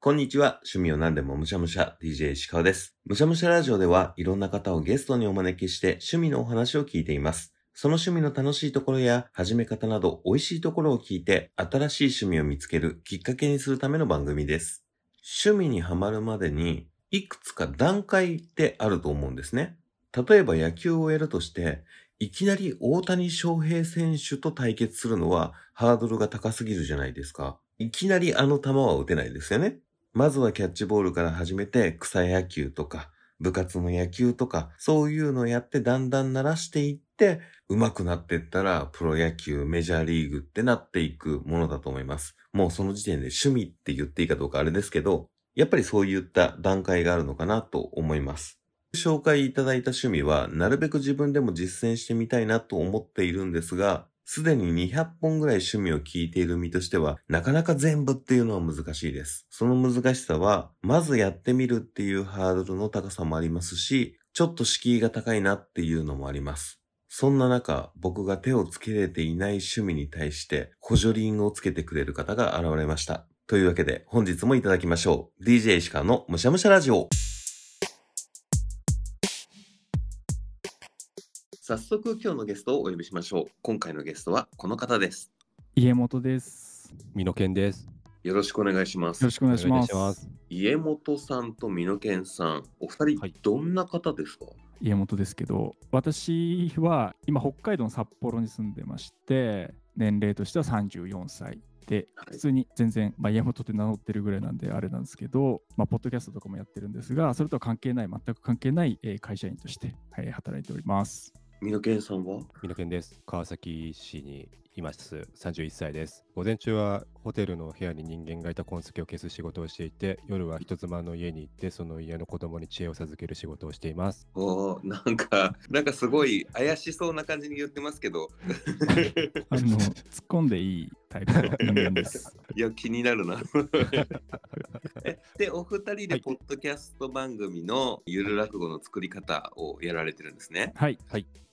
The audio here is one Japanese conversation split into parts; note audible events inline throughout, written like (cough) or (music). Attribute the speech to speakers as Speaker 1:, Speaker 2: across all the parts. Speaker 1: こんにちは。趣味を何でもむしゃむしゃ、DJ 石川です。むしゃむしゃラジオでは、いろんな方をゲストにお招きして、趣味のお話を聞いています。その趣味の楽しいところや、始め方など、美味しいところを聞いて、新しい趣味を見つけるきっかけにするための番組です。趣味にはまるまでに、いくつか段階ってあると思うんですね。例えば野球をやるとして、いきなり大谷翔平選手と対決するのは、ハードルが高すぎるじゃないですか。いきなりあの球は打てないですよね。まずはキャッチボールから始めて草野球とか部活の野球とかそういうのをやってだんだん慣らしていって上手くなっていったらプロ野球メジャーリーグってなっていくものだと思います。もうその時点で趣味って言っていいかどうかあれですけどやっぱりそういった段階があるのかなと思います。紹介いただいた趣味はなるべく自分でも実践してみたいなと思っているんですがすでに200本ぐらい趣味を聞いている身としては、なかなか全部っていうのは難しいです。その難しさは、まずやってみるっていうハードルの高さもありますし、ちょっと敷居が高いなっていうのもあります。そんな中、僕が手をつけれていない趣味に対して、補助輪をつけてくれる方が現れました。というわけで、本日もいただきましょう。DJ 石川のむしゃむしゃラジオ。早速今日のゲストをお呼びしましょう。今回のゲストはこの方です。
Speaker 2: 家元です。
Speaker 3: 美濃健です。
Speaker 1: よろしくお願いしま
Speaker 2: よ
Speaker 1: す
Speaker 2: ろ。しくお願いします。
Speaker 3: お願いいたし
Speaker 1: 家元さんと美濃健さん、お二人、
Speaker 3: はい
Speaker 1: どんな方ですか
Speaker 2: 家元ですけど、私は今北海道の札幌に住んでまして、年齢としては34歳。で
Speaker 1: はい
Speaker 2: 普通に全然、まあ、家元って名乗ってるぐらいなんであれなんですけど、まあ、ポッドキャストとかもやってるんですが、それとは関係ない、全く関係ない、えー会社員として、はい、働いております。
Speaker 1: 美濃健さんは
Speaker 3: 美濃健です。川崎市にいます。31歳です。午前中はホテルの部屋に人間がいた痕跡を消す仕事をしていて、夜は人妻の家に行って、その家の子供に知恵を授ける仕事をしています。
Speaker 1: おーなんか、なんかすごい怪しそうな感じに言ってますけど、
Speaker 2: あの突っ込んでいいタイプの人間です。
Speaker 1: いや、気になるな。えで、お二人
Speaker 3: は
Speaker 1: で
Speaker 3: い
Speaker 1: ポッドキャスト番組のゆる落語の作り方をやられてるんですね。
Speaker 2: はい、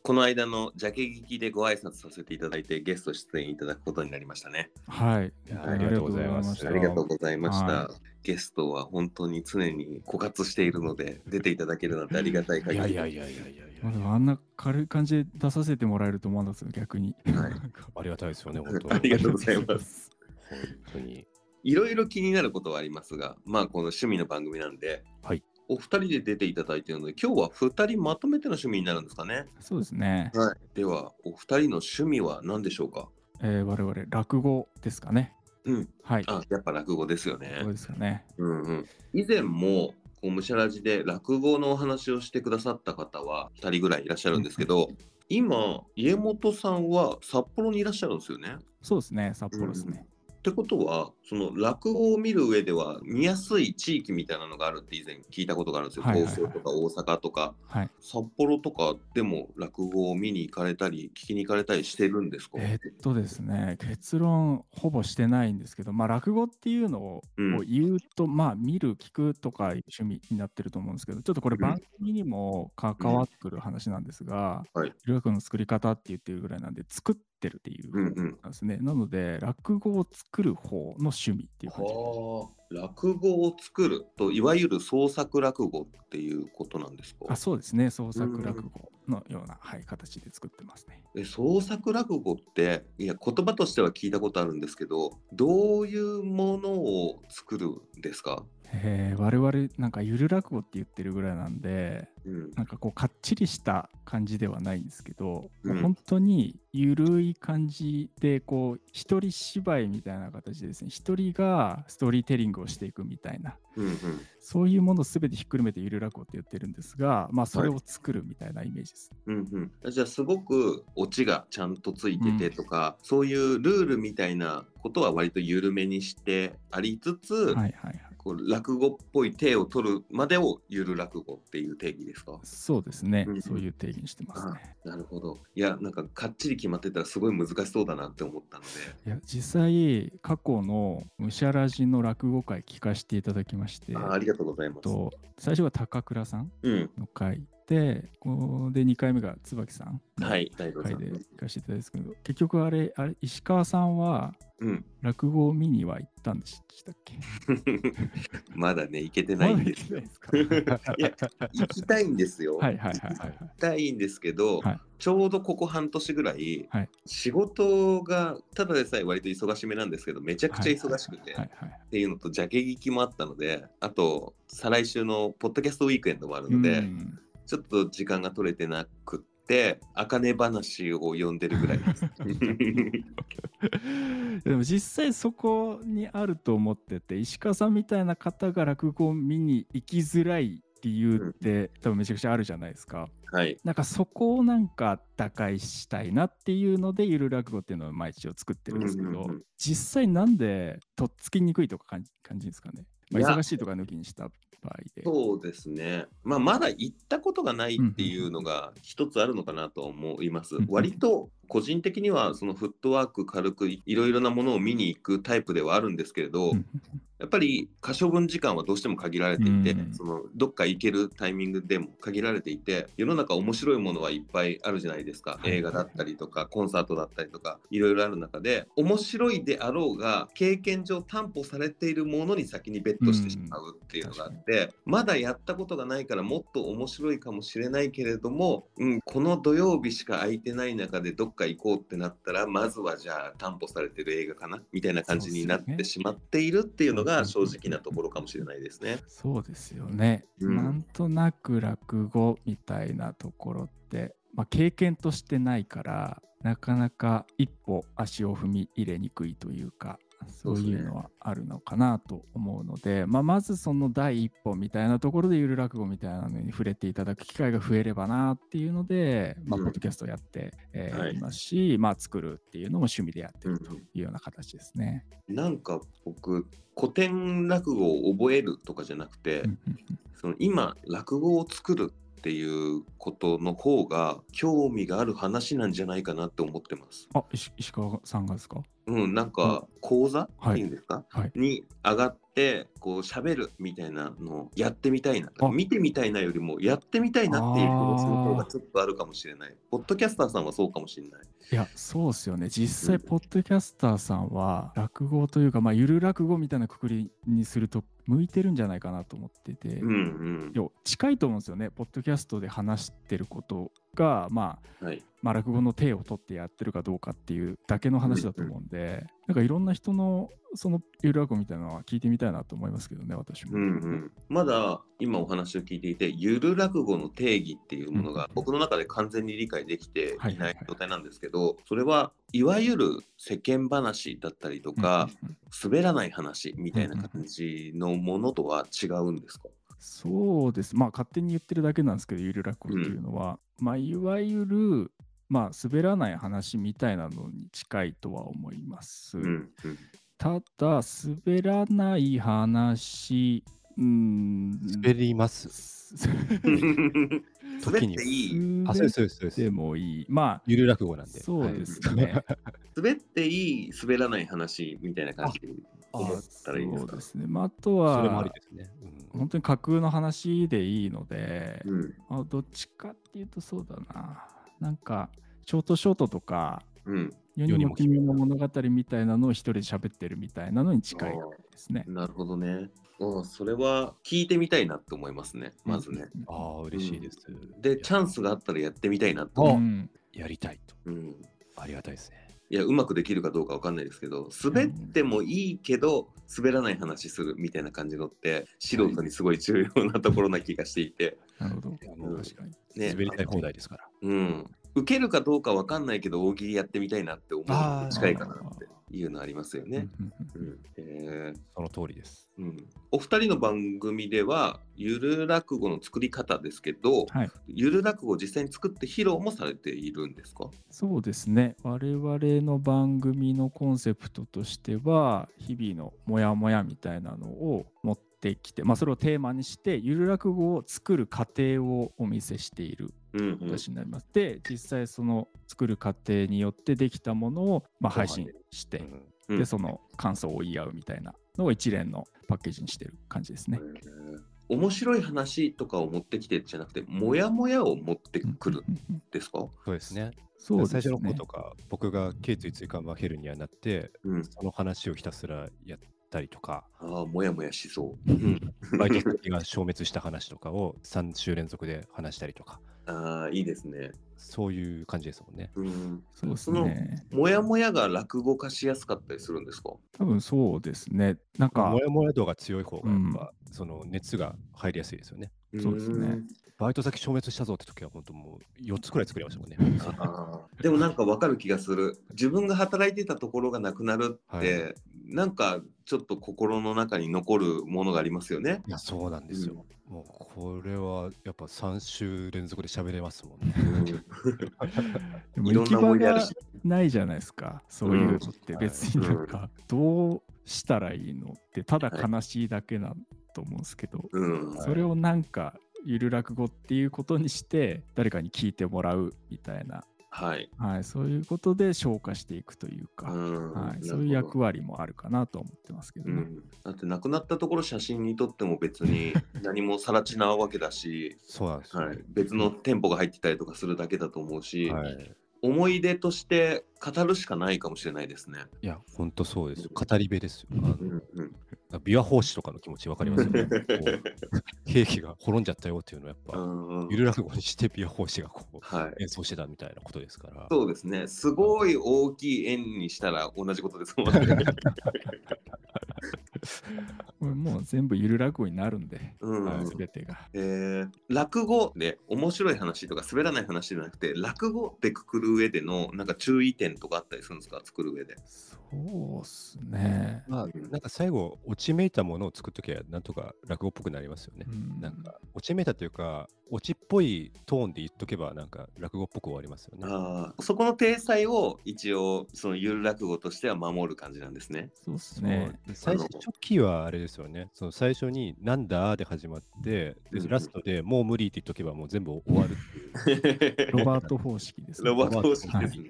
Speaker 1: この間のジャケ聞きでご挨拶させていただいて、ゲスト出演いただくことになりましたね。
Speaker 2: はい、
Speaker 3: いや
Speaker 2: ありがとうございま
Speaker 3: あ
Speaker 2: す。
Speaker 1: ありがとうございました。
Speaker 2: は
Speaker 1: ゲストは本当に常に枯渇しているの
Speaker 3: (laughs)
Speaker 1: で、出ていただけるなんてありがたい限り。
Speaker 3: いやいやいや
Speaker 2: まあ、でもあんな軽い感じで出させてもらえると思うんですよ、逆に。
Speaker 1: はい
Speaker 2: なんか
Speaker 3: ありがたいですよ
Speaker 1: (laughs)
Speaker 3: ね、本
Speaker 1: (laughs)
Speaker 3: 当
Speaker 1: ありがとうございます
Speaker 2: す。
Speaker 3: 本当に。
Speaker 1: いろいろ気になることはありますが、まあこの趣味の番組なんで、
Speaker 3: はい
Speaker 1: お二人で出ていただいているので、今日は二人まとめての趣味になるんですかね。
Speaker 2: そうですね、
Speaker 1: では、お二人の趣味は何でしょうか
Speaker 2: えー我々、落語ですかね。
Speaker 1: うん。
Speaker 2: はい。
Speaker 1: あ、やっぱ落語ですよね
Speaker 2: そう。ですかね。
Speaker 1: うんうん。以前も、こうむしゃらじで落語のお話をしてくださった方は二人ぐらいいらっしゃるんですけど、今、家元さんは札幌にいらっしゃるんですよね。
Speaker 2: そうですね、札幌ですね。
Speaker 1: ってことは、その落語を見る上では見やすい地域みたいなのがあるって以前聞いたことがあるんですよ。
Speaker 2: はいはいはい
Speaker 1: 東京とか大阪とか、
Speaker 2: はい。
Speaker 1: 札幌とかでも落語を見に行かれたり、聞きに行かれたりしてるんですか、
Speaker 2: えーっとですね、結論、ほぼしてないんですけど、まあ、落語っていうのを
Speaker 1: うん
Speaker 2: を言うと、まあ、見る、聞くとかいう趣味になってると思うんですけど、ちょっとこれ、
Speaker 1: うん
Speaker 2: 番組にも関わってくる話なんですが、
Speaker 1: はい
Speaker 2: いろいろの作り方って言ってるぐらいなんで、作ってるっていう
Speaker 1: うん
Speaker 2: こと
Speaker 1: う
Speaker 2: なんんですね。なので、落語を作る方の趣味っていう感じです。
Speaker 1: はあ、落語を作ると、いわゆる創作落語っていうことなんですか
Speaker 2: あそうですね、創
Speaker 1: うん
Speaker 2: 作落語のような、はい、形で作ってますね。
Speaker 1: え創作落語って、いや、言葉としては聞いたことあるんですけど、どういうものを作るんですか
Speaker 2: えー、我々、なんかゆる落語って言ってるぐらいなんで、
Speaker 1: うん
Speaker 2: なんかこう、かっちりした感じではないんですけど、
Speaker 1: うん
Speaker 2: もう本当にゆるい感じで、こう、一人芝居みたいな形でですね、一人がストーリーテリングをしていくみたいな、
Speaker 1: うんうん
Speaker 2: そういうものすべてひっくるめてゆる落語って言ってるんですが、まあ、それを作るみたいなイメージです。
Speaker 1: うんうん、じゃあすごくオチがちゃんとついててとか、そういうルールみたいなことは割と緩めにしてありつつ、
Speaker 2: はいはいはい。
Speaker 1: こう落語っぽい手を取るまでをゆる落語っていう定義ですか
Speaker 2: そうですね、
Speaker 1: うん
Speaker 2: そういう定義にしてますね。
Speaker 1: なるほどいやなんかかっちり決まってたらすごい難しそうだなって思ったので
Speaker 2: いや実際過去のむしゃらじの落語会聞かせていただきまして
Speaker 1: あーありがとうございます。
Speaker 2: と最初は高倉さん
Speaker 1: うん
Speaker 2: の会って、こうで、2回目が椿さんの
Speaker 1: はい、大悟さ
Speaker 2: 回
Speaker 1: ん
Speaker 2: で。行かせていただいたんですけど、結局あれ、あれ石川さんは
Speaker 1: うん。
Speaker 2: 落語を見には行ったんでしたっけ
Speaker 1: まだね、行けてないんですよ。 (laughs)
Speaker 2: まだ行ってないですか
Speaker 1: いや、行きたいんですよ。
Speaker 2: はいはいはい
Speaker 1: 行
Speaker 2: はい
Speaker 1: (laughs)
Speaker 2: はい。
Speaker 1: きたいんですけど、
Speaker 2: はい
Speaker 1: ちょうどここ半年ぐらい、
Speaker 2: はい
Speaker 1: 仕事がただでさえ割と忙しめなんですけど、めちゃくちゃ忙しくて、
Speaker 2: はいはいはい
Speaker 1: っていうのと、ジャケ聞きもあったので、あと、再来週のポッドキャストウィークエンドもあるので、
Speaker 2: うん
Speaker 1: ちょっと時間が取れてなくって、あかね話を読んでるぐらい
Speaker 2: (laughs)
Speaker 1: です。
Speaker 2: でも実際そこにあると思ってて石川さんみたいな方が落語を見に行きづらい理由って多分めちゃくちゃあるじゃないですか。
Speaker 1: はい。
Speaker 2: なんかそこをなんか打開したいなっていうのでゆる落語っていうのを毎日を作ってるんですけど、
Speaker 1: うんうんうん
Speaker 2: 実際なんでとっつきにくいとか感じ感じですかね、まあ
Speaker 1: いや
Speaker 2: 忙しいとか抜きにした場合で。
Speaker 1: そうですね。まあ、まだ行ったことがないっていうのが一つあるのかなと思います
Speaker 2: うんうん。
Speaker 1: 割と個人的にはそのフットワーク軽くいろいろなものを見に行くタイプではあるんですけれど、
Speaker 2: うん
Speaker 1: やっぱり可処分時間はどうしても限られていて、
Speaker 2: うん
Speaker 1: そのどっか行けるタイミングでも限られていて世の中面白いものはいっぱいあるじゃないですか
Speaker 2: はい
Speaker 1: 映画だったりとかコンサートだったりとかいろいろある中で面白いであろうが経験上担保されているものに先にベットしてしまうっていうのがあって、まだやったことがないからもっと面白いかもしれないけれども、うん、この土曜日しか空いてない中でどっか行こうってなったらまずはじゃあ担保されてる映画かなみたいな感じになっ
Speaker 2: そう
Speaker 1: て
Speaker 2: です
Speaker 1: しまっているっていうのが正直なところかもしれないですね。
Speaker 2: そうですよね、
Speaker 1: うん
Speaker 2: なんとなく落語みたいなところって、まあ、経験としてないからなかなか一歩足を踏み入れにくいというか
Speaker 1: そ
Speaker 2: そうう
Speaker 1: ですね
Speaker 2: いうのはあるのかなと思うのでまあ、まずその第一歩みたいなところでゆる落語みたいなのに触れていただく機会が増えればなっていうので、まあ、
Speaker 1: うん
Speaker 2: ポッドキャストやって、えー
Speaker 1: はい
Speaker 2: いますし、まあ、作るっていうのも趣味でやってると
Speaker 1: うんう
Speaker 2: い
Speaker 1: ん
Speaker 2: うような形ですね。
Speaker 1: なんか僕古典落語を覚えるとかじゃなくて、
Speaker 2: うんうんうん
Speaker 1: その今落語を作るっていうことの方が興味がある話なんじゃないかなって思ってます。
Speaker 2: あ石石川さんがですか
Speaker 1: うん、なんか講座
Speaker 2: はい
Speaker 1: っていうんですか、
Speaker 2: はい
Speaker 1: に上がってこう喋るみたいなのをやってみたいな
Speaker 2: あ
Speaker 1: 見てみたいなよりもやってみたいなっていう気持ちの方がちょっとあるかもしれないポッドキャスターさんはそうかもしれない
Speaker 2: いや、そうですよね。実際、
Speaker 1: うん
Speaker 2: ポッドキャスターさんは、落語というか、まあ、ゆる落語みたいなくくりにすると、向いてるんじゃないかなと思ってて、
Speaker 1: うんうん
Speaker 2: 要近いと思うんですよね。ポッドキャストで話してることが、まあ、
Speaker 1: はい
Speaker 2: まあ、落語の手を取ってやってるかどうかっていうだけの話だと思うんで、なんかいろんな人の、そのゆる落語みたいなのは聞いてみたいなと思いますけどね、私も。
Speaker 1: うんうん、まだ今お話を聞いていてゆる落語の定義っていうもの
Speaker 2: う
Speaker 1: が
Speaker 2: ん
Speaker 1: 僕の中で完全に理解できて
Speaker 2: はい
Speaker 1: い
Speaker 2: はいは
Speaker 1: ないい状態なんですけどそれはいわゆる世間話だったりとか
Speaker 2: うんうん
Speaker 1: 滑らない話みたいな感じのものとは違うんですか
Speaker 2: そうです。まあ、勝手に言ってるだけなんですけど、ゆる落語っていうのは、まあ、いわゆる、まあ、滑らない話みたいなのに近いとは思います。
Speaker 1: うんうん
Speaker 2: ただ、滑らない話、うーん、
Speaker 3: 滑
Speaker 2: (laughs)
Speaker 3: ります。
Speaker 2: す
Speaker 1: 滑っ
Speaker 3: 時に
Speaker 1: ていい
Speaker 3: あ、そうです、そうですそうです。
Speaker 2: でもいい。まあ、
Speaker 3: ゆる落語なんで。
Speaker 2: そうですね。
Speaker 1: 滑っていい滑らない話みたいな感じで (laughs) 思
Speaker 2: あ
Speaker 1: ったらいいです
Speaker 2: そう
Speaker 1: か
Speaker 2: ですね。まあ、あと
Speaker 3: はいそれもあ
Speaker 2: は
Speaker 3: り、ですね。うん
Speaker 2: 本当に架空の話でいいので、
Speaker 1: うん
Speaker 2: あどっちかっていうとそうだな。なんか、ショートショートとか、
Speaker 1: うん
Speaker 2: 世にも奇妙な物語みたいなのを一人で喋ってるみたいなのに近いですね。
Speaker 1: なるほどねうんそれは聞いてみたいなって思いますねまずね、
Speaker 2: うん。
Speaker 3: ああ、嬉しいです。
Speaker 1: で、チャンスがあったらやってみたいなと
Speaker 2: う
Speaker 1: 思
Speaker 2: ん
Speaker 3: ややりたいと。
Speaker 1: う。うん、
Speaker 3: ありがたいですね。
Speaker 1: いや、うまくできるかどうかわかんないですけど、滑ってもいいけど、滑らない話するみたいな感じのって、素人にすごい重要なところな気がしていて、
Speaker 2: なるほど。
Speaker 3: いやもう
Speaker 2: 確かに。
Speaker 1: ね
Speaker 3: 滑りたい放題ですから。
Speaker 1: うん。受けるかどうかわかんないけど、大喜利やってみたいなって思うの
Speaker 3: あ
Speaker 1: に
Speaker 3: ー
Speaker 1: 近いかなっていうのありますよね。
Speaker 2: うんうん
Speaker 1: う
Speaker 2: うん
Speaker 1: んえー
Speaker 3: その通りです。
Speaker 1: うん、お二人の番組ではゆる落語の作り方ですけど
Speaker 2: はい。
Speaker 1: ゆる落語を実際に作って披露もされているんですか
Speaker 2: そうですね。我々の番組のコンセプトとしては、日々のモヤモヤみたいなのを持ってきて、まあ、それをテーマにして、ゆる落語を作る過程をお見せしている
Speaker 1: うんうん
Speaker 2: 形になります。で、実際その作る過程によってできたものを、まあ、配信して
Speaker 3: う、ん
Speaker 1: うん
Speaker 2: でその感想を言い合うみたいなのを一連のパッケージにしてる感じですね。
Speaker 1: えー面白い話とかを持ってきてじゃなくて、もやもやを持ってくるんですか
Speaker 3: そうですね。
Speaker 2: そうですね。
Speaker 3: 最初の子とか、僕が頸椎椎間板ヘルニアになって、
Speaker 1: うん。
Speaker 3: その話をひたすらやったりとか、
Speaker 1: ああ、もやもやしそう。
Speaker 3: 売却先が消滅した話とかを3週連続で話したりとか、
Speaker 1: ああ、いいですね。
Speaker 3: そういう感じですもんね。
Speaker 1: うん。
Speaker 2: そうですね。
Speaker 1: もやもやが落語化しやすかったりするんですか
Speaker 2: 多分そうですね。なんか
Speaker 3: も、やもや度が強い方がやっぱ、その熱が入りやすいですよね。
Speaker 2: そうですね
Speaker 1: ん
Speaker 3: バイト先消滅したぞって時は、本当もう4つくらい作りましたもんね。
Speaker 1: あーでもなんかわかる気がする自分が働いてたところがなくなるって、
Speaker 3: は
Speaker 1: なんかちょっと心の中に残るものがありますよ
Speaker 2: (laughs)
Speaker 1: ね
Speaker 3: (laughs) いや、そうなんですよ。もうこれはやっぱ3週連続で喋れますもんね。 (laughs)
Speaker 2: で
Speaker 1: うん
Speaker 2: も
Speaker 1: いろ
Speaker 2: 行
Speaker 1: ん
Speaker 2: き
Speaker 1: な思
Speaker 2: 場
Speaker 1: い出ある
Speaker 2: が
Speaker 1: し
Speaker 2: ないじゃないですか。そういうのって
Speaker 3: うん
Speaker 2: 別になんか、どうしたらいいのって、ただ悲しいだけなんと思うんですけど、
Speaker 1: うん
Speaker 2: それをなんか、ゆる落語っていうことにして、誰かに聞いてもらうみたいな、
Speaker 1: はい、
Speaker 2: はい、そういうことで消化していくという
Speaker 1: う
Speaker 2: か、
Speaker 1: ん
Speaker 2: はい、そういう役割もあるかなと思ってますけど
Speaker 1: う
Speaker 2: ね。
Speaker 1: ん、だって亡くなったところ写真に撮っても別 (laughs) に何もさらちなわけだし、
Speaker 3: そうなんですよ、
Speaker 1: はい、別の店舗が入ってたりとかするだけだと思うし、
Speaker 3: はい。
Speaker 1: 思い出として語るしかないかもしれないですね。
Speaker 3: いや、本当そうですよ。語り部ですよ。あの
Speaker 1: うんうん
Speaker 3: 琵琶法師とかの気持ちわかります
Speaker 1: (laughs)
Speaker 3: よね。こう兵器が滅んじゃったよっていうのはやっぱ、
Speaker 1: うん
Speaker 3: ゆる落語にして琵琶法師がこう
Speaker 1: はい。
Speaker 3: 演奏してたみたいなことですから。
Speaker 1: そうですね。すごい大きい円にしたら同じことですもん (laughs) ね。
Speaker 2: これもう全部ゆる落語になるんで、
Speaker 1: うん
Speaker 3: はい
Speaker 2: すべてが。
Speaker 1: えー落語で面白い話とか滑らない話じゃなくて落語でくくる上でのなんか注意点とかあったりするんですか作る上で。
Speaker 2: そうっすね。
Speaker 3: まあ、なんか最後、落ちめいたものを作っときゃ、なんとか落語っぽくなりますよね
Speaker 2: う。ん
Speaker 3: なんか、落ちめいたというか、落ちっぽいトーンで言っとけば、なんか落語っぽく終わりますよね。
Speaker 1: あーそこの体裁を一応そのゆる落語としては守る感じなんですね。
Speaker 2: そうっす
Speaker 3: そう
Speaker 2: ね。
Speaker 3: で最初、初期はあれですよね。その最初に、なんだで始まって、
Speaker 1: うんう
Speaker 3: で
Speaker 1: ん
Speaker 3: ラストでもう無理って言っとけば、もう全部終わるっていう。
Speaker 2: ロバート方式です、ね。
Speaker 1: ロバート方式ですね。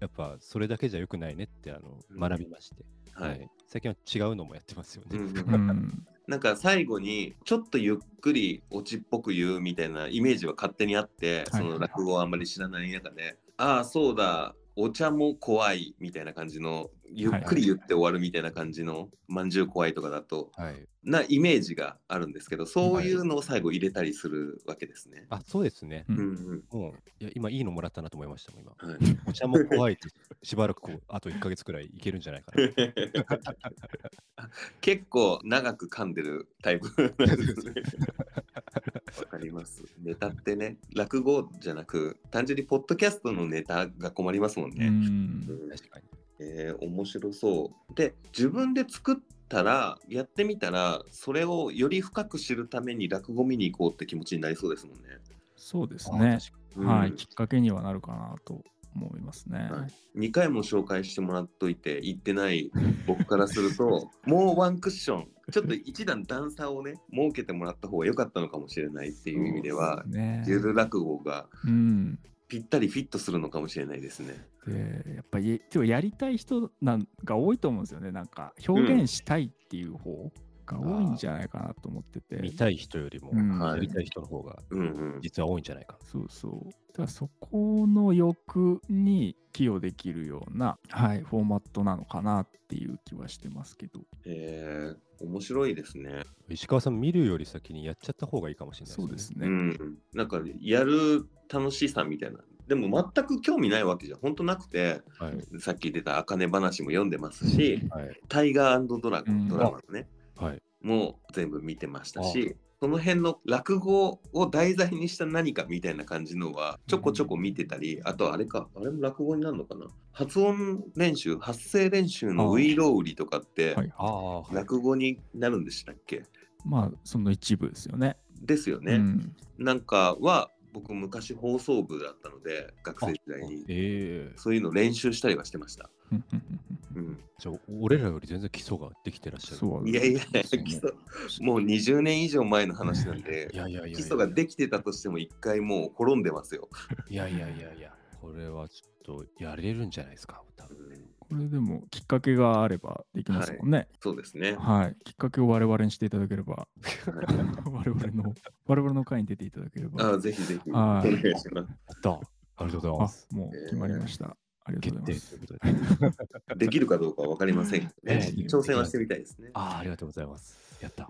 Speaker 3: やっぱ、それだけじゃ良くないねって、あの、
Speaker 1: うん
Speaker 3: 学びまして。
Speaker 1: はい、
Speaker 3: 最近は違うのもやってますよ
Speaker 1: う
Speaker 3: ね。
Speaker 1: ん
Speaker 2: う
Speaker 1: うん
Speaker 2: ん。
Speaker 1: なんか最後にちょっとゆっくりオチっぽく言うみたいなイメージは勝手にあって、
Speaker 2: は
Speaker 1: そ
Speaker 2: い
Speaker 1: の落語をあんまり知らない中で、ああそうだお茶も怖いみたいな感じのゆっくり言って終わるみたいな感じのまんじゅう怖いとかだと
Speaker 3: はい。
Speaker 1: なイメージがあるんですけどそういうのを最後入れたりするわけですね。
Speaker 3: あ、そうですね。
Speaker 2: う
Speaker 1: うんん
Speaker 3: もう、いや、今いいのもらったなと思いましたもん、今。
Speaker 1: うんはい、
Speaker 3: (laughs) お茶も怖いって、しばらくこう、あと1ヶ月くらいいけるんじゃないか (laughs) な。
Speaker 1: 結構長く噛んでるタイプなんですね。わかります。ネタってね、落語じゃなく、単純にポッドキャストのネタが困りますもん
Speaker 2: う
Speaker 1: ね。
Speaker 2: ん。
Speaker 1: うん
Speaker 3: 確かに。
Speaker 1: えー面白そう。で、自分で作ったら、やってみたら、それをより深く知るために落語見に行こうって気持ちになりそうですもんね。
Speaker 2: そうです
Speaker 3: あ
Speaker 2: ね。
Speaker 3: 確か
Speaker 1: うん
Speaker 2: はい。きっかけにはなるかなと思いますね。
Speaker 1: はい2回も紹介してもらっといて行ってない僕からする
Speaker 3: (laughs)
Speaker 1: ともうワンクッションちょっと一段段差をね設けてもらった方が良かったのかもしれないっていう意味では
Speaker 2: そうすね。
Speaker 1: ゆる落語が
Speaker 2: うん。
Speaker 1: ぴったりフィットするのかもしれないですね。
Speaker 2: でやっぱりでもやりたい人なんが多いと思うんですよね。なんか表現したいっていう方が多いんじゃないかなと思ってて。
Speaker 3: に見たい人よりも、
Speaker 2: うん
Speaker 1: はい
Speaker 3: やりたい人の方が、
Speaker 1: うんうん。
Speaker 3: 実は多いんじゃないか。
Speaker 2: そうそう。だからそこの欲に寄与できるような、はい、フォーマットなのかなっていう気はしてますけど。
Speaker 1: えー、面白いですね。
Speaker 3: 石川さん、見るより先にやっちゃった方がいいかもしれない
Speaker 2: そうです
Speaker 3: ね。
Speaker 1: う
Speaker 2: ね。
Speaker 1: ん。なんかやる楽しさみたいな。でも全く興味ないわけじゃ本当なくて
Speaker 3: はい。
Speaker 1: さっき出た「あかね話」も読んでますし
Speaker 3: はい。
Speaker 1: 「タイガードラゴ
Speaker 2: う
Speaker 1: ン」
Speaker 2: ん
Speaker 1: ドラマのね
Speaker 3: はい。
Speaker 1: もう全部見てましたし、その辺の落語を題材にした何かみたいな感じのはちょこちょこ見てたり、あとはあれか、あれも落語になるのかな。発音練習、発声練習の
Speaker 2: あー
Speaker 1: ウイロウリとかって
Speaker 2: はい、
Speaker 3: ああ、 (laughs) はい。
Speaker 1: 落語になるんでしたっけ
Speaker 2: まあ、その一部ですよね。
Speaker 1: ですよね、
Speaker 2: うん、
Speaker 1: なんかは僕昔放送部だったので、学生時代に。
Speaker 3: ええ
Speaker 1: そういうの練習したりはしてました。うん、
Speaker 3: じゃあ、俺らより全然基礎ができてらっしゃる。
Speaker 2: そう
Speaker 1: いやいや、
Speaker 2: そう
Speaker 1: 基礎もう20年以上前の話なんで
Speaker 3: い、やいやいやいや。
Speaker 1: 基礎ができてたとしても一回もう滅んでますよ。
Speaker 3: いやいやいやいや。これはちょっとやれるんじゃないですか、多分。
Speaker 1: うん
Speaker 2: これでもきっかけがあればできますもんね。
Speaker 1: そうですね。
Speaker 2: はい。きっかけを我々にしていただければ、 (laughs) 我々の、我々の会に出ていただければ。
Speaker 1: あぜひぜひ、お願
Speaker 2: はい
Speaker 1: いします。
Speaker 3: った。ありがとうございま
Speaker 2: あ
Speaker 3: す。
Speaker 2: もう決まりました。ありがとう
Speaker 3: 決
Speaker 2: ござ
Speaker 3: 定
Speaker 2: い
Speaker 3: と
Speaker 2: ます。
Speaker 3: いうこと
Speaker 1: (laughs)
Speaker 3: で。
Speaker 1: できるかどうかは分かりませんけどね。
Speaker 3: ええ
Speaker 1: 挑戦はしてみたいですね。
Speaker 3: ああ、ありがとうございます。やった。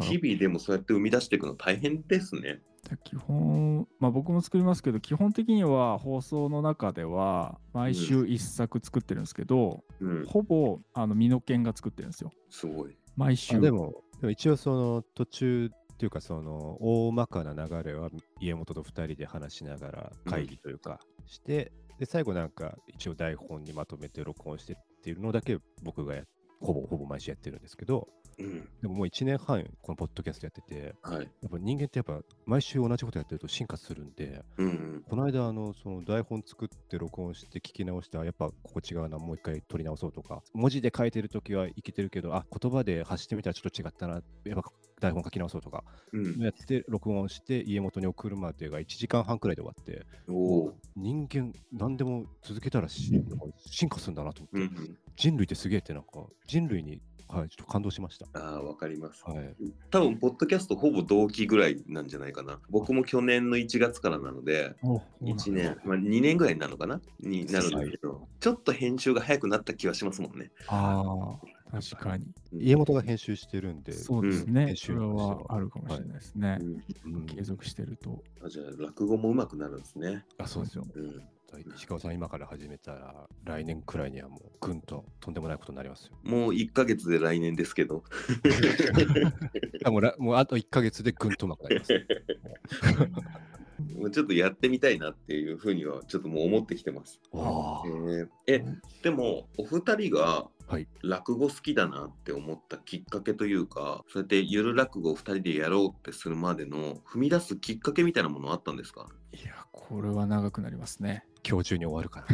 Speaker 1: 日々でもそうやって生み出していくの大変ですね。
Speaker 2: 基本、まあ、僕も作りますけど基本的には放送の中では毎週1作作ってるんですけど、
Speaker 1: うん、
Speaker 2: ほぼあの身の剣が作ってるんですよ
Speaker 1: すごい。
Speaker 2: 毎週
Speaker 3: あでも、でも一応その途中っていうか、その大まかな流れは家元と二人で話しながら会議というかして、で、最後なんか一応台本にまとめて録音してっていうのだけ僕がやほぼほぼ毎週やってるんですけど、
Speaker 1: うん。
Speaker 3: でももう1年半このポッドキャストやってて、や
Speaker 1: はい。
Speaker 3: っぱ人間ってやっぱ毎週同じことやってると進化するんで、
Speaker 1: うんうん。
Speaker 3: この間、あの、その台本作って録音して聞き直して、あやっぱここ違うな、もう一回撮り直そうとか、文字で書いてるときはいけてるけど、あ、言葉で発してみたらちょっと違ったな、やっぱ台本書き直そうとか、
Speaker 1: うん、
Speaker 3: やって録音して家元に送るまでが1時間半くらいで終わって、
Speaker 1: おー
Speaker 3: 人間、何でも続けたらしなんか進化するんだなと
Speaker 1: うんう
Speaker 3: 思って、
Speaker 1: ん。
Speaker 3: 人類ってすげえってなんか、人類に、はい、ちょっと感動しました。
Speaker 1: ああ、分かります。
Speaker 3: はい。
Speaker 1: 多分、ポッドキャストほぼ同期ぐらいなんじゃないかな。僕も去年の1月からなので、
Speaker 2: おそうなんだ
Speaker 1: 1年、まあ、2年ぐらいになるのかなになるんですけど、ちょっと編集が早くなった気はしますもんね。
Speaker 2: ああ確かに
Speaker 3: 家元が編集してるんで、
Speaker 2: そうですね、
Speaker 3: うん
Speaker 2: それはあるかもしれないですね、
Speaker 1: うん
Speaker 3: うん
Speaker 2: 継続してると
Speaker 1: あじゃあ、落語もうまくなるんですね。
Speaker 3: あ、そうですよ。
Speaker 1: うん、
Speaker 3: 石川さん今から始めたら来年くらいにはもうぐんととんでもないことになります
Speaker 1: (laughs)
Speaker 3: よ。
Speaker 1: もう1ヶ月で来年ですけど、
Speaker 3: あもうらもうあと1ヶ月でぐんとうまくなります。
Speaker 2: (laughs)
Speaker 1: もうちょっとやってみたいなっていうふうには、ちょっともう思ってきてます。
Speaker 3: わ
Speaker 1: えーえ、でも、お二人が
Speaker 3: はい
Speaker 1: 落語好きだなって思ったきっかけというか、そうやってゆる落語を二人でやろうってするまでの踏み出すきっかけみたいなものあったんです (laughs) か
Speaker 2: いやこれは長くなりますね
Speaker 3: 今日中に終わるか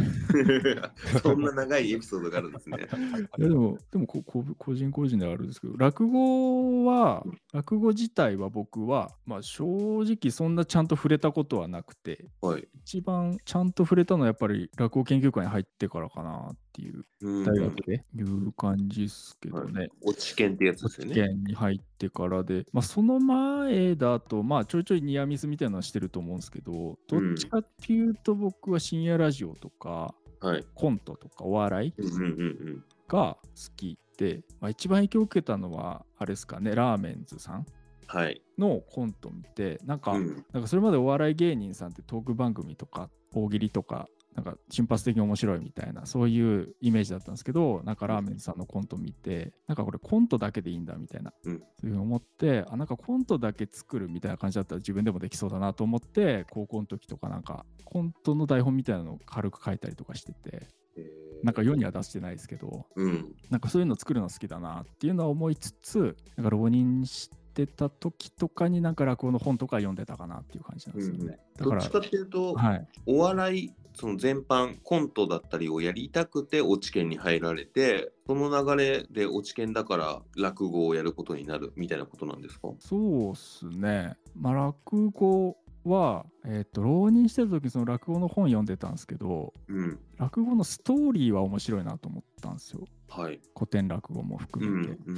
Speaker 3: ら。
Speaker 1: そんな長いエピソードがあるんですね。
Speaker 2: いやでも、でもここ個人個人ではあるんですけど、落語は、落語自体は僕は、まあ、正直そんなちゃんと触れたことはなくて、
Speaker 1: (laughs) はい。
Speaker 2: 一番ちゃんと触れたのはやっぱり落語研究会に入ってからかなっていう、
Speaker 1: うん
Speaker 2: 大学でいう感じですけど
Speaker 1: は
Speaker 2: ね
Speaker 1: い。落ち券ってやつですよ
Speaker 2: 試
Speaker 1: ね。
Speaker 2: 験に入ってからで、まあ、その前だと、まあ、ちょいちょいニアミスみたいなのはしてると思うんですけど、どっちかっていうと僕は深夜ラジオとか、
Speaker 1: はい。
Speaker 2: コントとかお笑い
Speaker 1: うんうんうん
Speaker 2: が好きで、まあ、一番影響を受けたのはあれですかねラーメンズさん
Speaker 1: はい。
Speaker 2: のコント見てなんか,、
Speaker 1: うん
Speaker 2: なんかそれまでお笑い芸人さんってトーク番組とか大喜利とかなんか瞬発的に面白いみたいなそういうイメージだったんですけどなんかラーメンズさんのコント見てなんかこれコントだけでいいんだみたいな、
Speaker 1: うん
Speaker 2: そういうふうに思ってあなんかコントだけ作るみたいな感じだったら自分でもできそうだなと思って高校の時とかなんかコントの台本みたいなのを軽く書いたりとかしてて
Speaker 1: えー
Speaker 2: なんか世には出してないですけど
Speaker 1: うん。
Speaker 2: なんかそういうの作るの好きだなっていうのは思いつつ、なんか浪人してた時とかになんか落語の本とか読んでたかなっていう感じなんですよね。
Speaker 1: どっ
Speaker 2: だ
Speaker 1: ちか
Speaker 2: か
Speaker 1: っていうと、
Speaker 2: ら、はい。
Speaker 1: お笑いその全般コントだったりをやりたくて落ち研に入られてその流れで落ち研だから落語をやることになるみたいなことなんですか
Speaker 2: そうっすね。まあ落語は、えっ、と、浪人してた時その落語の本読んでたんですけど、
Speaker 1: うん
Speaker 2: 落語のストーリーは面白いなと思ったんですよ。
Speaker 1: はい
Speaker 2: 古典落語も
Speaker 1: う
Speaker 2: 含
Speaker 1: ん
Speaker 2: めて。
Speaker 1: うん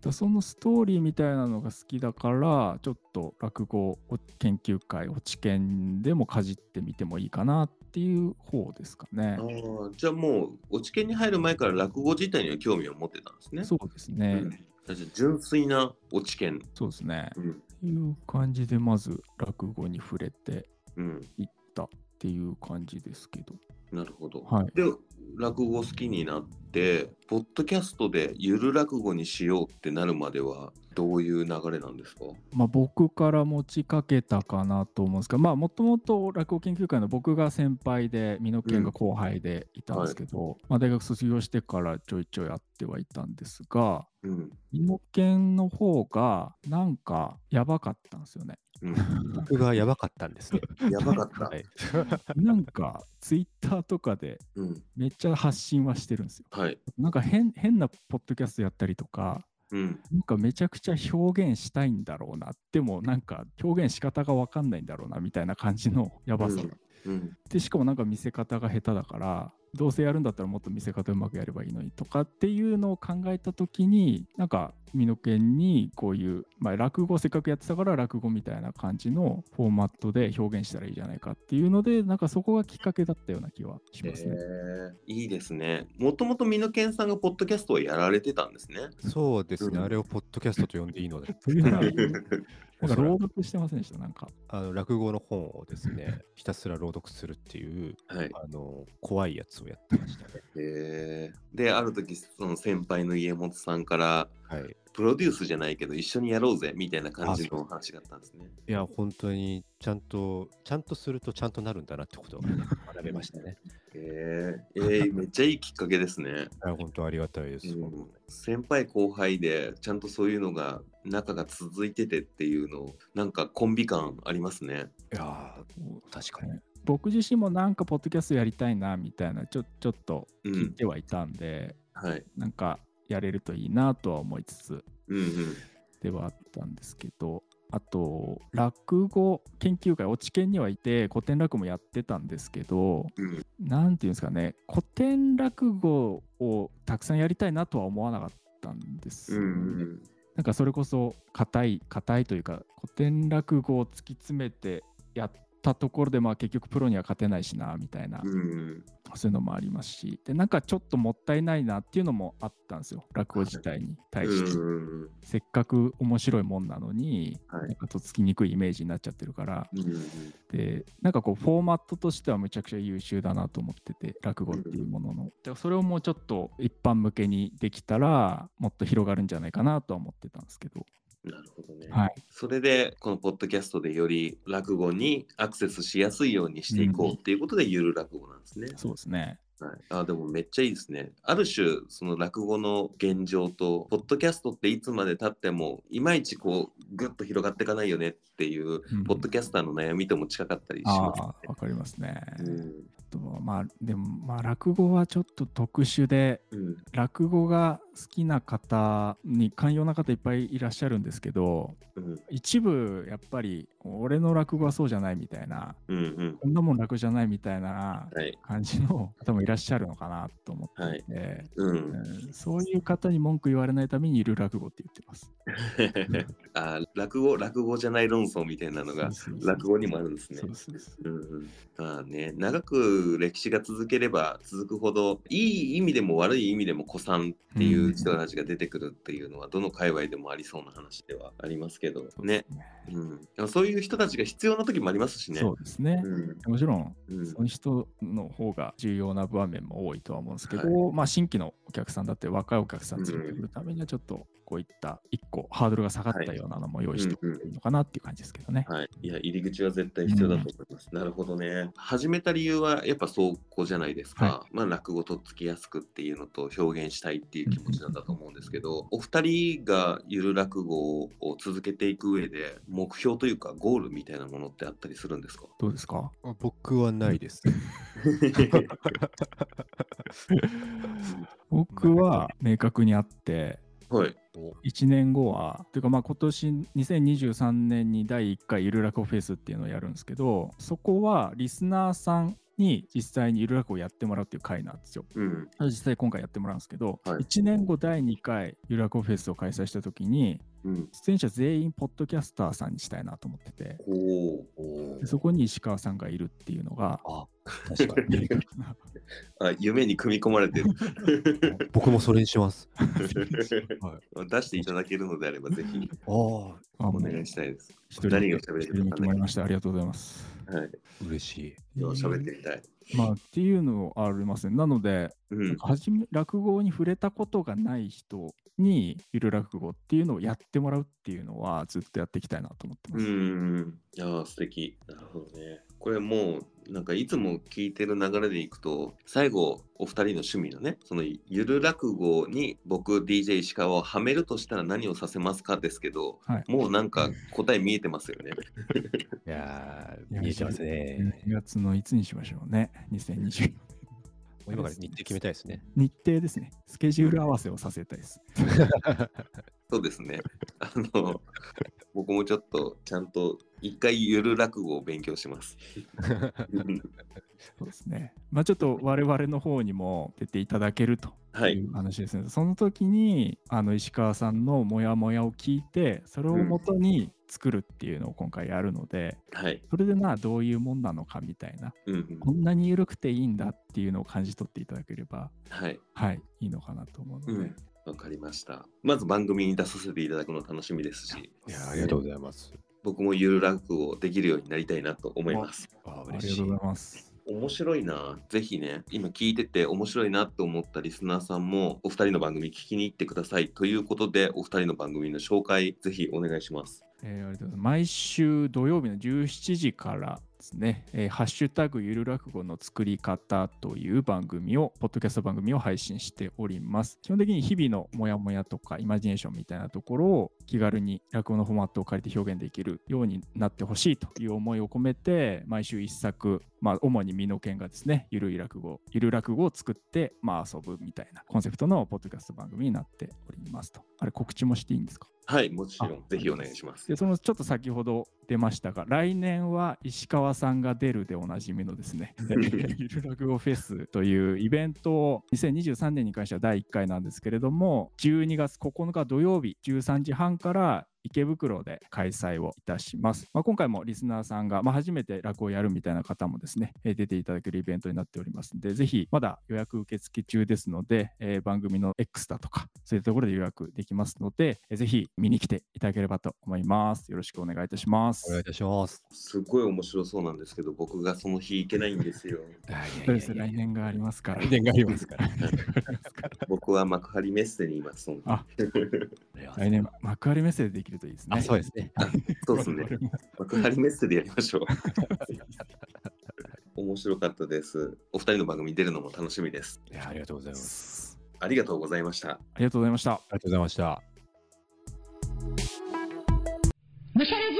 Speaker 2: だそのストーリーみたいなのが好きだからちょっと落語を研究会を知見でもかじってみてもいいかなっていう方ですかね
Speaker 1: あ。ーじゃあもう落ち研に入る前から落語自体には興味を持ってたんですね
Speaker 2: そうですね、
Speaker 1: うんじゃあ純粋な落ち研
Speaker 2: そうですね。
Speaker 1: うん
Speaker 2: いう感じでまず落語に触れて
Speaker 1: うん
Speaker 2: いったっていう感じですけど。
Speaker 1: なるほど、
Speaker 2: はい
Speaker 1: で落語好きになってポッドキャストでゆる落語にしようってなるまではどういう流れなんですか
Speaker 2: まあ、僕から持ちかけたかなと思うんですが、まあ、もともと落語研究会の僕が先輩で、美濃健が後輩でいたんですけど、まあ、大学卒業してからちょいちょいやってはいたんですが、
Speaker 1: うん
Speaker 2: 美濃犬の方がなんかやばかったんですよね。
Speaker 1: うん
Speaker 3: (laughs) 僕がやばかったんですね。
Speaker 1: やばかった
Speaker 3: は。い。
Speaker 2: (laughs) なんかツイッターとかで
Speaker 1: うん。
Speaker 2: めっちゃ発信はしてるんですよ。
Speaker 1: はい。
Speaker 2: なんか変変なポッドキャストやったりとか、
Speaker 1: うん。
Speaker 2: なんかめちゃくちゃ表現したいんだろうな。でもなんか表現仕方がわかんないんだろうなみたいな感じのやばさ。
Speaker 1: うん。
Speaker 2: で、しかもなんか見せ方が下手だから、どうせやるんだったらもっと見せ方うまくやればいいのにとかっていうのを考えた時になんか美濃犬にこういう、まあ、落語せっかくやってたから落語みたいな感じのフォーマットで表現したらいいじゃないかっていうのでなんかそこがきっかけだったような気はします
Speaker 1: (laughs) え
Speaker 2: ね。
Speaker 1: ーいいですね。もともと美濃健さんがポッドキャストをやられてたんですね。
Speaker 3: (laughs) そうですね、
Speaker 1: うん
Speaker 3: あれをポッドキャストと呼んでいいので、
Speaker 2: というのはなん
Speaker 3: お
Speaker 2: か
Speaker 3: そら
Speaker 2: 朗
Speaker 3: く
Speaker 2: 読してませんでしたなんか。
Speaker 3: あの落語の本をですね、ひたすら朗読するっていう、
Speaker 1: はい。
Speaker 3: あの、怖いやつをやってましたね。
Speaker 1: へーで、ある時、その先輩の家元さんから、
Speaker 3: はい。
Speaker 1: プロデュースじゃないけど、一緒にやろうぜ、みたいな感じ
Speaker 3: あそう
Speaker 1: のお話があったんですね。
Speaker 3: いや、本当に、ちゃんと、ちゃんとするとちゃんとなるんだなってことを学べましたね。
Speaker 1: へえー、えーめっちゃいいきっかけですね。
Speaker 3: いや本当ありがたいです。
Speaker 1: うん先輩後輩で、ちゃんとそういうのが、仲が続いててっていうの、なんかコンビ感ありますね。
Speaker 3: いやー確かに。
Speaker 2: 僕自身もなんかポッドキャストやりたいなみたいなちょちょっと
Speaker 1: う
Speaker 2: 聞い
Speaker 1: ん。
Speaker 2: てはいたんで、
Speaker 1: はい。
Speaker 2: なんかやれるといいなとは思いつつ
Speaker 1: うんうん。
Speaker 2: ではあったんですけどあと落語研究会落研にはいて古典落語もやってたんですけど
Speaker 1: うん
Speaker 2: 何ていうんですかね古典落語をたくさんやりたいなとは思わなかったんです
Speaker 1: う
Speaker 2: よね、
Speaker 1: んうん
Speaker 2: なんかそれこそ硬い硬いというか古典落語を突き詰めてやったところでまあ結局プロには勝てないしなみたいな、
Speaker 1: うんうん
Speaker 2: そういうのもありますしでなんかちょっともったいないなっていうのもあったんですよ落語自体に対
Speaker 1: うん
Speaker 2: して。
Speaker 1: うん
Speaker 2: せっかく面白いもんなのに、
Speaker 1: はい
Speaker 2: なんかとっつきにくいイメージになっちゃってるから
Speaker 1: うんうん
Speaker 2: でなんかこうフォーマットとしてはむちゃくちゃ優秀だなと思ってて落語っていうものの、でそれをもうちょっと一般向けにできたらもっと広がるんじゃないかなとは思ってたんですけど、
Speaker 1: なるほどね。
Speaker 2: はい、
Speaker 1: それでこのポッドキャストでより落語にアクセスしやすいようにしていこうっていうことでゆる落語なんですね。
Speaker 2: そうですね
Speaker 1: はい、あでもめっちゃいいですね。ある種その落語の現状とポッドキャストっていつまでたってもいまいちこうぐっと広がっていかないよねっていう、
Speaker 2: うん
Speaker 1: ポッドキャスターの悩みとも近かったりし
Speaker 2: あ
Speaker 1: ます
Speaker 2: あわかりますね、
Speaker 1: ね。
Speaker 2: あとはまあでもまあ落語はちょっと特殊で
Speaker 1: うんうん
Speaker 2: 落語が好きな方に寛容な方いっぱいいらっしゃるんですけど
Speaker 1: うん
Speaker 2: 一部やっぱり俺の落語はそうじゃないみたいな
Speaker 1: うんうん
Speaker 2: こんなもん落語じゃないみたいな
Speaker 1: はい
Speaker 2: 感じの方もいらっしゃるのかなと思っていて、
Speaker 1: うん
Speaker 2: うんそういう方に文句言われないためにゆる落語って言ってます。
Speaker 1: (laughs) あ落語落語じゃない論争みたいなのが
Speaker 2: そうそうそう
Speaker 1: 落語にもあるんですね
Speaker 2: そう。そうそう
Speaker 1: うんうんまあね、長く歴史が続ければ続くほどいい意味でも悪い意味でも古参っていう人たちが出てくるっていうのはどの界隈でもありそうな話ではありますけど
Speaker 2: そうで
Speaker 1: ね
Speaker 2: す、ね
Speaker 1: うん、でもそういう人たちが必要な時もありますしね。
Speaker 2: そうですね。
Speaker 1: うん
Speaker 2: もちろん、
Speaker 1: うん
Speaker 2: その人の方が重要な場面も多いとは思うんですけど、
Speaker 1: は
Speaker 2: まあ新規のお客さんだって若いお客さん連れてくるためにはちょっとこういった一個ハードルが下がったようなのも用意しておくといいのかなっていう感じですけどね。
Speaker 1: はい、いや入り口は絶対必要だと思います。なるほどね。始めた理由はやっぱそうこうじゃないですか。
Speaker 2: は
Speaker 1: まあ落語とっつきやすくっていうのと表現したいっていう気持ちなんだと思うんですけど、お二人がゆる落語を続けていく上で目標というかゴールみたいなものってあったりするんです (laughs) か
Speaker 2: どうですか
Speaker 3: あ僕はないです。
Speaker 2: 僕は明確にあって
Speaker 1: はい。
Speaker 3: (laughs) お
Speaker 2: 1年後はというかまあ今年2023年に第1回ゆるらこフェスっていうのをやるんですけどそこはリスナーさんに実際にゆるらこをやってもらうっていう回なんですよ。
Speaker 1: うん。
Speaker 2: 実際今回やってもらうんですけど、
Speaker 1: はい
Speaker 2: 1年後第2回ゆるらこフェスを開催した時に
Speaker 1: うん。
Speaker 2: 出演者全員ポッドキャスターさんにしたいなと思ってて
Speaker 1: こう。
Speaker 3: お
Speaker 2: でそこに石川さんがいるっていう
Speaker 1: (laughs)
Speaker 2: のが
Speaker 3: あ、確かに。
Speaker 2: 明確な
Speaker 1: あ夢に組み込まれてる。
Speaker 3: (laughs)
Speaker 1: (laughs)
Speaker 3: 僕もそれにします。はい、
Speaker 1: 出していただけるのであればぜひ
Speaker 2: あ
Speaker 3: あ
Speaker 1: お
Speaker 2: もう
Speaker 1: 願いしたいです。
Speaker 2: 一人
Speaker 1: 何が喋れるか分かんない
Speaker 2: 一人に決まりましたありがとうございます。
Speaker 1: はい。
Speaker 3: あ、嬉しい。
Speaker 1: では喋ってみたい。
Speaker 2: まあ、っていうのはありますね。なので、
Speaker 1: うん。
Speaker 2: はじめ落語に触れたことがない人にゆる落語っていうのをやってもらうっていうのはずっとやっていきたいなと思ってま
Speaker 1: う
Speaker 2: す。
Speaker 1: ん。いやー素敵。なるほどね。これもう、なんかいつも聞いてる流れでいくと、最後、お二人の趣味のね、そのゆる落語に僕、DJ 石川をはめるとしたら何をさせますかですけど、
Speaker 2: はい
Speaker 1: もうなんか答え見えてますよね。
Speaker 3: いや
Speaker 2: いや
Speaker 3: ー、見えてますね。
Speaker 2: 2月のいつにしましょうね。2020
Speaker 3: もう今から日程決めたいですね。
Speaker 2: 日程ですね。スケジュール合わせをさせたいです。
Speaker 1: そうですね。あの、僕
Speaker 3: (laughs)
Speaker 1: もちょっとちゃんと一回ゆる落語を勉強します。
Speaker 2: そうですね。まあちょっと我々の方にも出ていただけると
Speaker 1: はいい。
Speaker 2: う話ですね。その時にあの石川さんのモヤモヤを聞いてそれをもとに作るっていうのを今回やるので、
Speaker 1: はい。
Speaker 2: それでまあどういうもんなのかみたいな
Speaker 1: うんうん。
Speaker 2: こんなに緩くていいんだっていうのを感じ取っていただければ
Speaker 1: はい。
Speaker 2: はいいいのかなと思うので、
Speaker 1: うん。わかりました。まず番組に出させていただくの楽しみですし、
Speaker 3: い (laughs) や、ありがとうございます。
Speaker 1: 僕もゆるらくをできるようになりたいなと思います。
Speaker 3: あ、
Speaker 2: あ
Speaker 3: 嬉
Speaker 2: りが
Speaker 3: し
Speaker 2: とう
Speaker 3: い
Speaker 2: ご。ざいます。
Speaker 1: 面白いな。ぜひね、今聞いてて面白いなと思ったリスナーさんも、お二人の番組聞きに行ってください。ということで、お二人の番組の紹介、ぜひお願いします。
Speaker 2: えーありがとうございます毎週土曜日の17時からですね、えーハッシュタグゆる落語の作り方という番組を、ポッドキャスト番組を配信しております。基本的に日々のモヤモヤとかイマジネーションみたいなところを気軽に落語のフォーマットを借りて表現できるようになってほしいという思いを込めて、毎週一作、まあ、主に美濃犬がですね、ゆるい落語、ゆる落語を作って、まあ、遊ぶみたいなコンセプトのポッドキャスト番組になっておりますと。あれ、告知もしていいんですか
Speaker 1: はい、もちろん、
Speaker 2: あ
Speaker 1: ぜひお願いします
Speaker 2: で。そのちょっと先ほど出ましたが来年は石川さんが出るでおなじみのですね (laughs) ゆる落語フェスというイベントを2023年に関しては第1回なんですけれども12月9日土曜日13時半から池袋で開催をいたします。まあ、今回もリスナーさんが、まあ、初めて落語をやるみたいな方もですね、えー出ていただけるイベントになっておりますので、ぜひまだ予約受付中ですので、えー番組の X だとか、そういったところで予約できますので、えーぜひ見に来ていただければと思います。よろしくお願いいたしま
Speaker 3: お願い
Speaker 2: す
Speaker 3: い。たします。
Speaker 1: すごい面白そうなんですけど、僕がその日行けないんです (laughs) よ。
Speaker 2: そうです、来年がありますから。
Speaker 3: 来年がありますから。
Speaker 1: 僕は幕張メッセにいます。本当に
Speaker 2: あ来年、幕張メッセでできるといいですね。
Speaker 3: あ、そうですね。
Speaker 1: そうです (laughs) ね。幕張メッセでやりましょ (laughs) う。面白かったです。お二人の番組に出るのも楽しみです。
Speaker 3: (laughs) いや、ありがとうございます。
Speaker 2: す。
Speaker 1: ありがとうございました。
Speaker 2: ありがとうございました。
Speaker 3: ありがとうございました。
Speaker 4: むしゃらじ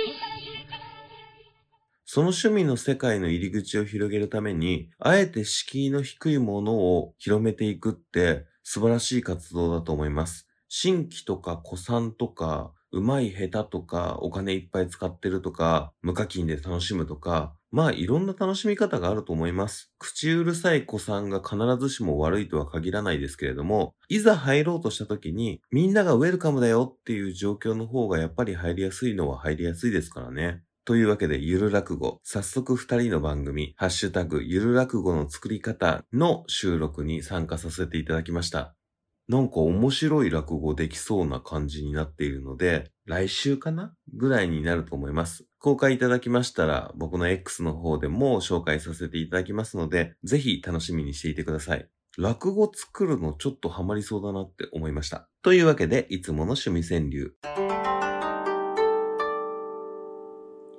Speaker 1: その趣味の世界の入り口を広げるために、あえて敷居の低いものを広めていくって素晴らしい活動だと思います。新規とか古参とか、うまい下手とか、お金いっぱい使ってるとか、無課金で楽しむとか、まあいろんな楽しみ方があると思います。口うるさい子さんが必ずしも悪いとは限らないですけれども、いざ入ろうとした時に、みんながウェルカムだよっていう状況の方がやっぱり入りやすいのは入りやすいですからね。というわけで、ゆる落語、早速二人の番組、ハッシュタグ、ゆる落語の作り方の収録に参加させていただきました。なんか面白い落語できそうな感じになっているので、来週かなぐらいになると思います。公開いただきましたら、僕の X の方でも紹介させていただきますので、ぜひ楽しみにしていてください。落語作るのちょっとハマりそうだなって思いました。というわけで、いつもの趣味川柳、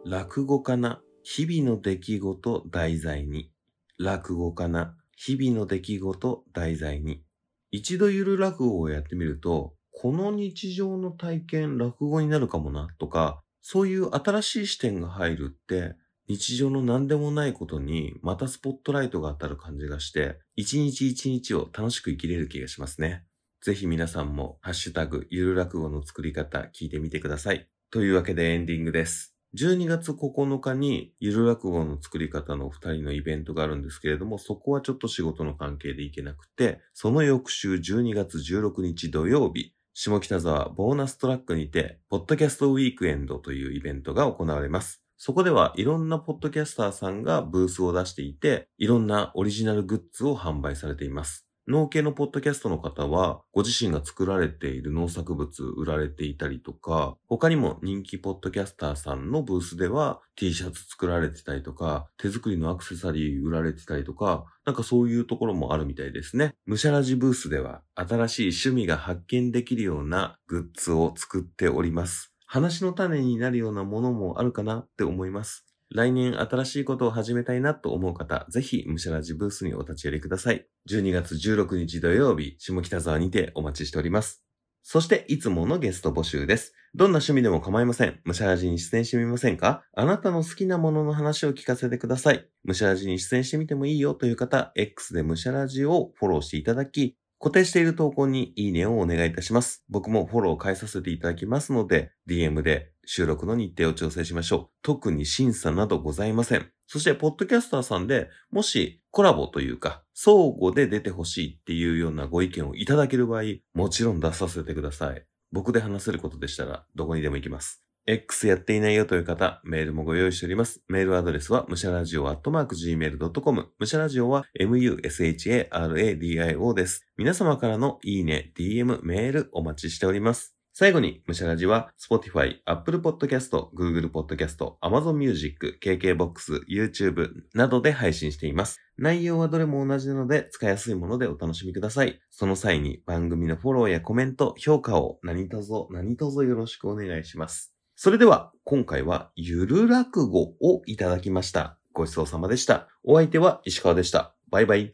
Speaker 1: 落語かな日々の出来事題材に。落語かな日々の出来事題材に。一度ゆる落語をやってみると、この日常の体験落語になるかもなとか、そういう新しい視点が入るって、日常の何でもないことにまたスポットライトが当たる感じがして、一日一日を楽しく生きれる気がしますね。ぜひ皆さんも、ハッシュタグ、ゆる落語の作り方聞いてみてください。というわけでエンディングです。12月9日にゆる落語の作り方のお二人のイベントがあるんですけれども、そこはちょっと仕事の関係で行けなくて、その翌週12月16日土曜日、下北沢ボーナストラックにて、ポッドキャストウィークエンドというイベントが行われます。そこではいろんなポッドキャスターさんがブースを出していて、いろんなオリジナルグッズを販売されています。農系のポッドキャストの方は、ご自身が作られている農作物売られていたりとか、他にも人気ポッドキャスターさんのブースでは T シャツ作られてたりとか、手作りのアクセサリー売られてたりとか、なんかそういうところもあるみたいですね。ムシャラジブースでは、新しい趣味が発見できるようなグッズを作っております。話の種になるようなものもあるかなって思います。来年新しいことを始めたいなと思う方、ぜひ、むしゃらじブースにお立ち寄りください。12月16日土曜日、下北沢にてお待ちしております。そして、いつものゲスト募集です。どんな趣味でも構いません。むしゃらじに出演してみませんかあなたの好きなものの話を聞かせてください。むしゃらじに出演してみてもいいよという方、X でむしゃらじをフォローしていただき、固定している投稿にいいねをお願いいたします。僕もフォローを返させていただきますので、DM で収録の日程を調整しましょう。特に審査などございません。そして、ポッドキャスターさんで、もしコラボというか、相互で出てほしいっていうようなご意見をいただける場合、もちろん出させてください。僕で話せることでしたら、どこにでも行きます。X やっていないよという方、メールもご用意しております。メールアドレスは、むしゃらじおアットマーク gmail.com。むしゃらじおは、musharadio です。皆様からのいいね、DM、メールお待ちしております。最後に、むしゃらじは、Spotify、Apple Podcast、Google Podcast、Amazon Music、KKBOX、YouTube などで配信しています。内容はどれも同じなので、使いやすいものでお楽しみください。その際に、番組のフォローやコメント、評価を何卒何卒よろしくお願いします。それでは、今回はゆる落語をいただきました。ごちそうさまでした。お相手は石川でした。バイバイ。